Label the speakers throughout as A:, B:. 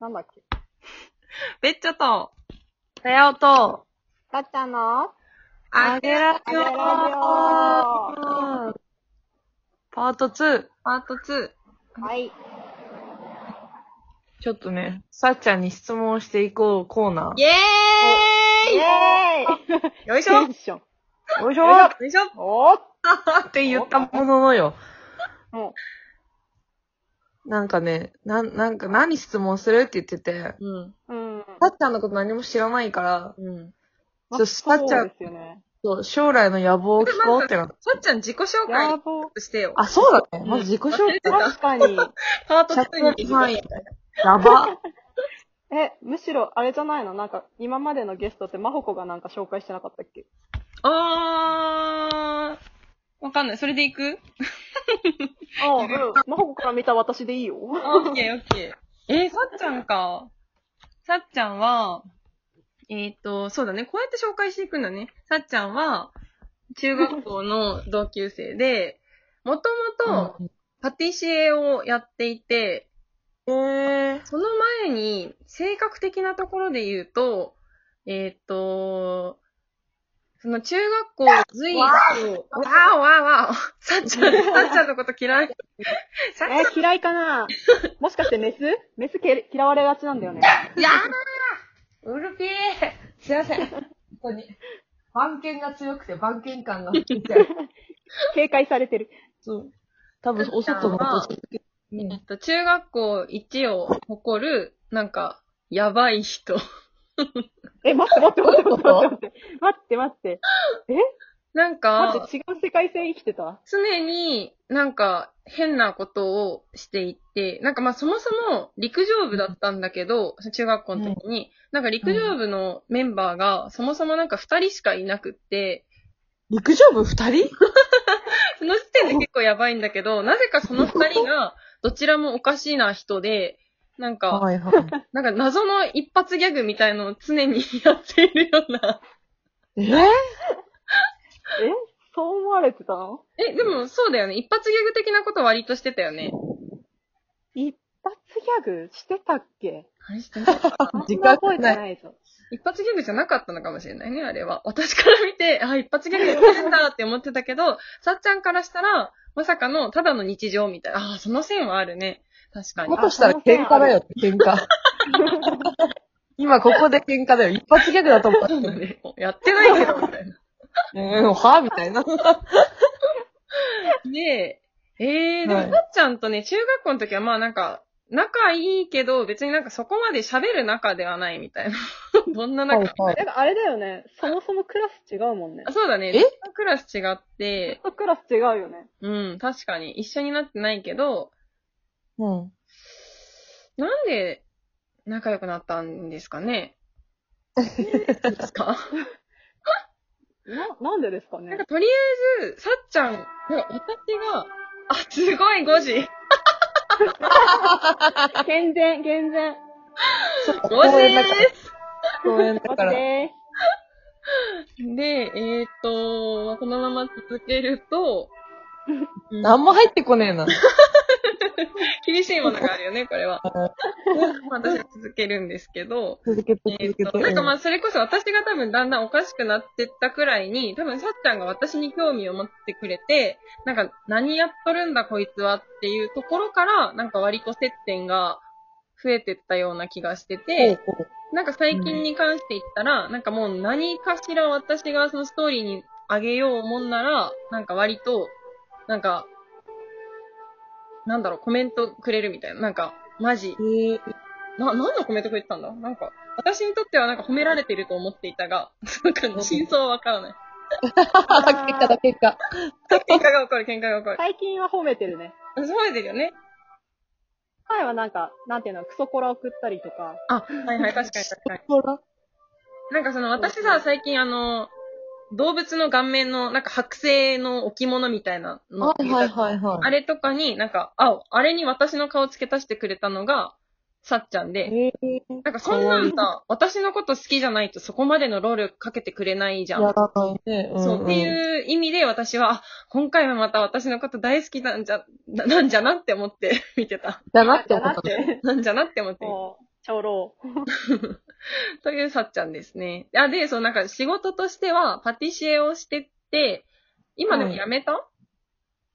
A: なんだっけ。
B: べっちょと、
C: さやおと、
A: たっちゃんの
B: あげら
A: あ
B: ち
A: げ
B: ょ
A: ら
B: ー
C: パート2。
B: パート2。
A: はい。
C: ちょっとね、さっちゃんに質問していこうコーナ
B: イェ
A: イエーイ
B: ーイよいし
A: テ
B: ょよ
A: ンション。
C: ー。よいしょ
A: よいし
C: ー
B: いしょ
A: おー
C: って言ったもののよ。
A: も
C: なんかね、なん、なんか何質問するって言ってて、
B: うん。
A: う、うん。
C: さっちゃんのこと何も知らないから、
B: うん。
A: ま
C: ちょさっちゃ
A: そうんですよね。
C: そう将来の野望を聞こうってなって。
B: さっちゃん自己紹
A: や
B: 介
A: ば。
B: してよ。
C: あ、そうだね。まず自己紹介。
A: 確かに。
B: パート
C: 社
B: 2
C: 長範囲
B: に。。
C: やば。
A: え、むしろ、あれじゃないのなんか、今までのゲストって、まほこがなんか紹介してなかったっけ
B: あー。わかんない。それでいく
A: ああ、うん。まほこから見た私でいいよ。
B: オッケーオッケー。えー、さっちゃんか。さっちゃんは、えっ、と、そうだね。こうやって紹介していくんだね。さっちゃんは、中学校の同級生で、もともとパティシエをやっていて、
C: えー。
B: その前に、性格的なところで言うと、えーっ、と、その中学校随一、わーわーわーわー、さっちゃん、さっちゃんのこと嫌 い。さっちゃん、
A: え、嫌いかなもしかしてメスメスけ嫌われがちなんだよね。
B: いやーうるぴーすいません。本当に。
C: 番犬が強くて番犬感が。
A: 警戒されてる。
C: そう。多分、お外のこと
B: えっと、中学校一を誇る、なんか、やばい人。
A: え、待って待って待って待って待って待って。
B: なんか、
A: 待って、違う世界線生きてた
B: 常になんか変なことをしていって、なんかまあそもそも陸上部だったんだけど、中学校の時に、なんか陸上部のメンバーがそもそもなんか二人しかいなくって、
C: 陸上部二人
B: その時点で結構やばいんだけど、なぜかその二人がどちらもおかしいな人で、なんか、
C: はいはい。
B: なんか謎の一発ギャグみたいのを常にやっているような。
C: えー
A: えそう思われてたの
B: え、でもそうだよね。一発ギャグ的なこと割としてたよね。
A: 一発ギャグしてたっけ
B: 何してんの
A: あんま
C: 自覚
A: 覚えて
C: ない
A: ないぞ。
B: 一発ギャグじゃなかったのかもしれないね、あれは。私から見て、あ、一発ギャグやってんだって思ってたけど、さっちゃんからしたら、まさかのただの日常みたいな。あー、その線はあるね。確かに
C: だ。としたら喧嘩だよ、喧嘩。 今ここで喧嘩だよ。一発ギャグだと思った。
B: そうだねやってないけ ど、みたいな。
C: うん、はぁみたいな。
B: で、えー、でも
C: はい
B: さっちゃんとね、中学校の時はまあなんか、仲いいけど、別になんかそこまで喋る仲ではないみたいな。 どんな仲、
A: なんかあれだよね。そもそもクラス違うもんね
B: あ。そうだね。
C: え
B: クラス違って、
A: クラス違うよね。
B: うん、確かに。一緒になってないけど、
C: うん。
B: なんで仲良くなったんですかねです か
A: な、なんでですか
B: なん
A: ね
B: かとりあえず、さっちゃん、なんか私が、あ、すごい5時
A: 健全、健全。
B: !5 時で
C: 公園
A: 待
C: だか
A: っ
C: ら。
A: て
B: すで、えー、っと、このまま続けると、
C: なんも入ってこねえな。
B: 厳しいものがあるよね、これ は。私は続けるんですけど、
C: 続けて
B: えっと、なんかまあ、それこそ私が多分だんだんおかしくなってったくらいに、多分さっちゃんが私に興味を持ってくれて、なんか何やっとるんだこいつはっていうところから、なんか割と接点が増えてったような気がしてて、 なんか最近に関して言ったら、なんかもう何かしら私がそのストーリーにあげようもんなら、なんか割と、なんか、なんだろう、コメントくれるみたいな。なんか、マジ、
C: え
B: な、何のコメントくれてたんだなんか、私にとってはなんか褒められてると思っていたが、なんか真相はわからない。
C: ー、結果だ、結果。
B: 喧嘩が起こる、喧嘩が起こる。
A: 最近は褒めてるね。
B: 私褒めてるよね。
A: 前はなんか、なんていうの、クソコラ送ったりとか。
B: あ、はいはい、確かに確かに。
C: ほら。
B: なんかその私さ、最近あの、動物の顔面の、なんか剥製の置物みたいなの。
C: はいはいはいはい。
B: あれとかに、なんか、あ、あれに私の顔付け足してくれたのが、さっちゃんで、
C: えー、
B: なんかそんなんさ、私のこと好きじゃないとそこまでの労力かけてくれないじゃん。
C: やらないね。んん
B: そう、っていう意味で私は、あ今回はまた私のこと大好きなんじゃ、ななんじゃなって思って 見てた。
C: だなって
A: じゃ
C: 思
A: な
C: っ
A: く
C: た。
A: て、
B: なんじゃなって思って見て
A: もう、長老。
B: というさっちゃんですね。あ、で、そう、なんか仕事としては、パティシエをしてて、今でも辞めた、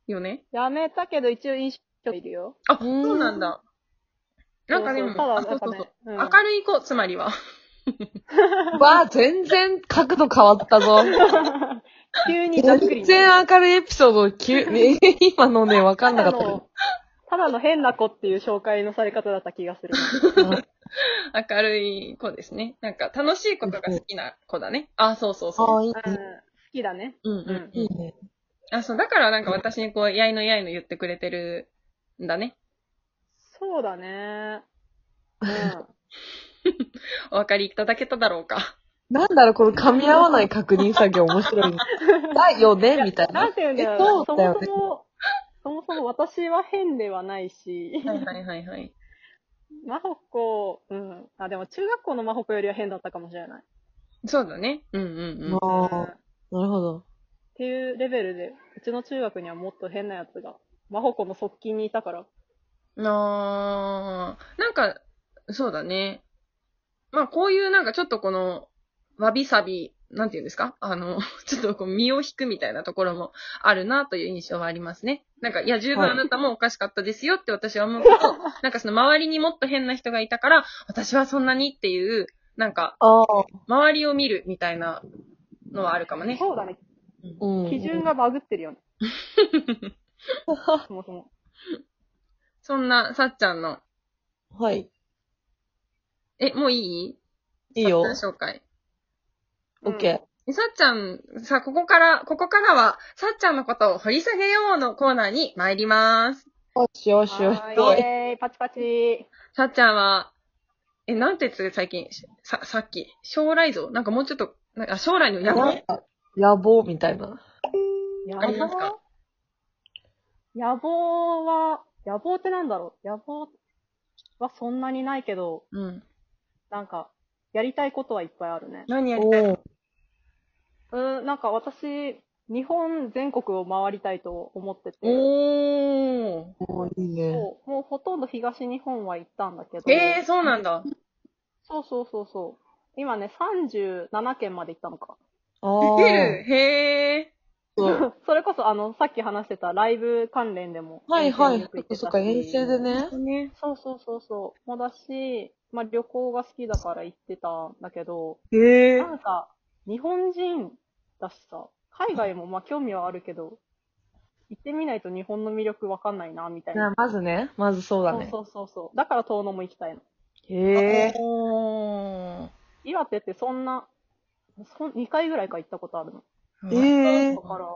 B: よね。
A: やめたけど、一応飲食店いるよ。
B: あ、そうなんだ。なんかで
A: そ
B: も、
A: うそうただ、
B: あそ
A: や
B: う
A: っぱ
B: そう
A: ね
B: そう。
A: うん
B: 明るい子、つまりは。
C: わあ、全然角度変わったぞ。
A: 急にざっくり
C: 全
A: ね。
C: 然明るいエピソード、 急、ね、今のね、わかんなかった
A: ただのただの変な子っていう紹介のされ方だった気がする。
C: けど。
B: 明るい子ですね。なんか楽しいことが好きな子だね。あ、そうそうそう。
C: あ、いい
A: うん、好きだね。
B: うんう
A: うんん。
C: いいね。
B: あ、そう、だからなんか私にこう、やいのやいの言ってくれてるんだね。
A: そうだね。 うん。
B: お分かりいただけただろうか。
C: なんだろう、この噛み合わない確認作業面白い ね。だよねみたい
A: な
C: な。
A: んていうんだろう
C: え
A: な。
C: そう
A: そ
C: だよ
A: も
C: ね
A: そも、そもそも私は変ではないし、
B: はいはいはいはい。
A: 真帆子、うん。あ、でも中学校の真帆子よりは変だったかもしれない。
B: そうだね。うんうんうん。
C: あ
A: うん
C: ー
A: っ
C: なるほど。
A: ていうレベルで、うちの中学にはもっと変なやつが、真帆子の側近にいたから。
B: あー、なんか、そうだね。まあ、こういうなんかちょっとこの、わびさび、なんていうんですかあの、 ちょっとこう身を引くみたいなところもあるなという印象はありますね。なんか、いや、十分
C: はい
B: あなたもおかしかったですよって私は思うけど、 なんかその周りにもっと変な人がいたから、私はそんなにっていう、なんか、
C: あ
B: 周りを見るみたいなのはあるかもね。
A: そうだね。
C: あ、うん。
A: 基準がバグってるよ ね。そもそも。
B: そんな、さっちゃんの、
C: はい。
B: え、もういい
C: いいよ。
B: さっちゃん紹介。
A: う
C: オ
A: ん
C: ッケ
B: さっちゃん、さ、ここから、ここからは、さっちゃんのことを掘り下げようのコーナーに参ります。
C: ー。よしよしよし。
A: はーいイエーイ、パチパチ。
B: さっちゃんは、え、なんて言ってた最近、さ、さっき、将来像なんかもうちょっと、なんか将来の野
C: な
B: 望
C: んか野望みたいな。
A: や
B: ありますか
A: 野望は、野望ってなんだろう野望はそんなにないけど、
B: うん。
A: なんか、やりたいことはいっぱいあるね。
B: 何やり
C: お
B: たい
C: ー
A: うーん、なんか私、日本全国を回りたいと思ってて、
B: おー。
C: おーいいね。
A: そうもうほとんど東日本は行ったんだけど、
B: えー、そうなんだ。
A: そうそうそうそう。今ね、37県まで行ったのか。
C: あ
B: 出る
C: ー。
B: へー。
C: そう。
A: それこそ、あの、さっき話してたライブ関連でも。
C: はいはい。
A: 遠征によ
C: そ
A: く
C: っ
A: 行
C: か
A: て
C: そ
A: たし
C: っか、遠征でね。
B: ね。
A: そうそうそうそう。もだし、まあ旅行が好きだから行ってたんだけど、
C: へ
A: なんか、日本人だしさ、海外もまあ興味はあるけど、行ってみないと日本の魅力わかんないな、みたいな。
C: まずね、まずそうだ
A: そう
C: ね。
A: そうそうそう。だから遠野も行きたいの。
C: へえ。
B: おー。
A: 岩手ってそんな、そん2回ぐらいか行ったことあるの。
C: へえ
A: だ。から、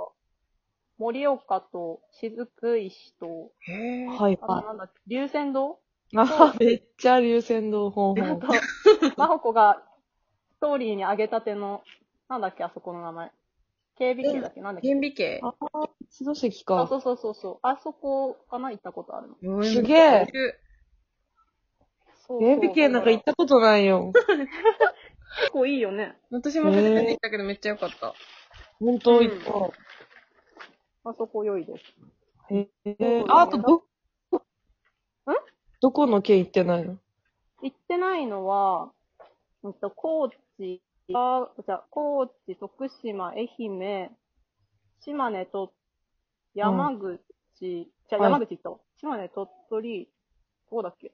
A: 盛岡と雫石と、
B: へー。
C: はい
A: あ
C: は
A: となんだっけ、龍仙洞
C: い。あ めっちゃ流線道方
A: あ
C: 法
A: と。、まほこがストーリーに上げたての、なんだっけ、あそこの名前。警備系だっけ、なんだっけ。
B: 厳美系。
C: ああ、一度席
A: そ
C: か。
A: うそうそうそう。あそこかな行ったことあるの。
C: すげえ。
A: そうそう
C: ベビ系なんか行ったことないよ。
A: 結構いいよね。
B: 私も初めて行ったけどめっちゃ良かった。
C: 本当行っ
A: あそこ良いです。
C: た。へえ
A: そう。
C: ああとど、
A: ん
C: どこの県行ってないの
A: 行ってないのは、うんと、高知が、じゃあ高知、徳島、愛媛、島根と、山口、じゃあ
C: はい
A: 山口行ったわ。島根、鳥取、どこだっけ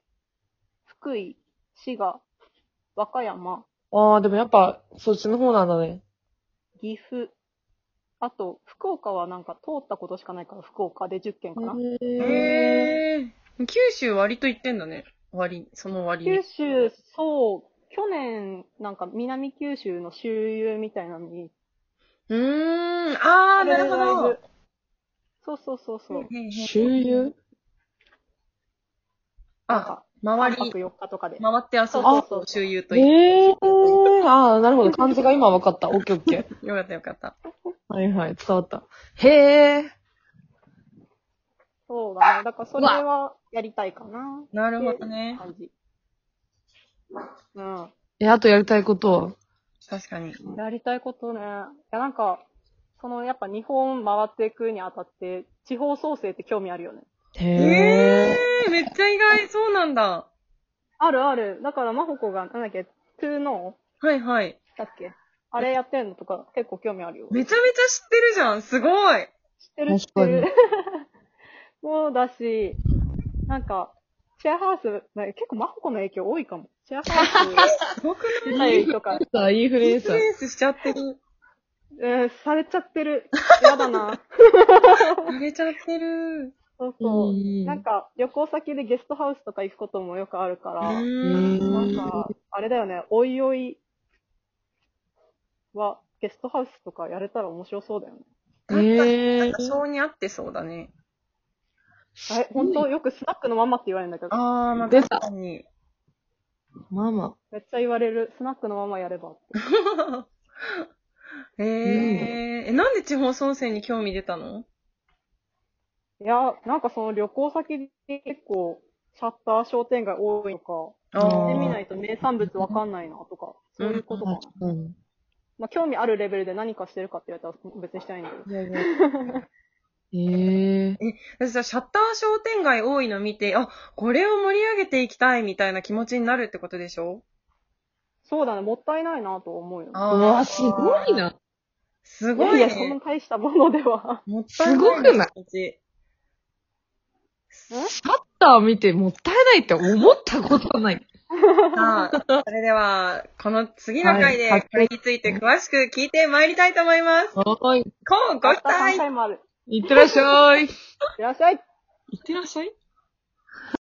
A: 福井、滋賀、和歌山、
C: ああ、でもやっぱ、そっちの方なんだね。
A: 岐阜、あと、福岡はなんか通ったことしかないから、福岡で10件かな。
C: へえ。
B: へえ。九州割と行ってんだね。割、その割
A: 九
B: に。
A: 州、そう、去年、なんか南九州の周遊みたいなのに、
B: うーん。あー、なるほ
A: ライ
B: ど
A: ブ。そうそうそうそう。
B: へーへー
C: 周遊
A: なん
B: あ、
A: か、
B: 周
A: 3
B: り、
A: 泊
B: 回
A: 4日とかで。
B: って遊
A: そう
B: ぶ
A: そうそう
B: 周遊と言っ
C: へえ。ああ、なるほど。漢字が今分かった。オッケーオッケー。
B: て。よかったよかった。
C: はいはい、伝わった。へえ。
A: そうだね。だからそれはやりたいかな。
B: なるほどね。
A: 感じ。うん。
C: え、あとやりたいことは
B: 確かに。
A: やりたいことね。いや、なんか、そのやっぱ日本回っていくにあたって、地方創生って興味あるよね。
C: へ
B: え
C: え。
B: ー、めっちゃ意外。そうなんだ。
A: あるある。だから、まほこが、なんだっけ、トゥーノ
B: はいはい。
A: ーだっけあれやってるのとか、結構興味あるよ。知っ
B: めちゃめちゃ知ってるじゃん。すごい。
A: てる、知ってる。もうだし、なんか、シェアハウス、なんか結構まほこの影響多いかも。シェアハウス
B: すごく
A: 出
B: な
A: た
B: いイン
A: りと か、
C: さあ、インフ
B: フ
C: ルエンサ
B: ル
C: ー。
B: エンスしちゃってる。
A: うん、されちゃってる。やだな。
B: あれちゃってる。
A: そうそう。
C: ん
A: なんか、旅行先でゲストハウスとか行くこともよくあるか
B: う
A: ら、
B: ーん。
A: なんか、あれだよね、おいおいは、ゲストハウスとかやれたら面白そうだよね。
C: え
B: な
C: え
B: んか性に合ってそうだね。
A: あれ、本当よくスナックのままって言われるんだけど、
B: あー、まあ
C: 出た
B: 確かに。
C: ママ。
A: めっちゃ言われる、スナックのままやればって。
B: えー、え、なんで地方創生に興味出たの
A: いや、なんかその旅行先で結構、シャッター商店街多いのか、
B: あ
A: 行ってみ
B: ー
A: ないと名産物わかんないなとか、そういうことかな。
C: 確かに。
A: まあ、興味あるレベルで何かしてるかって言われたら別にしてないんだけど。
C: ええ
B: 私さ、シャッター商店街多いの見て、あ、これを盛り上げていきたいみたいな気持ちになるってことでしょ
A: そうだね、もったいないなと思うよね。
B: あ
C: うわ、すごい。な。
B: すごい
A: いやいや、そん
B: ね
A: な。大したものでは。
B: もっ
C: すごくない
B: い
C: シャッター見てもったいないって思ったことない。
B: さあ、それでは、この次の回で
C: はい
B: これについて詳しく聞いてまいりたいと思います。
C: はーい。
B: こうご期
A: た
B: 待
A: 回もある。
C: いってらっしゃい。い
A: いらっしゃい。
C: ってらっしゃい。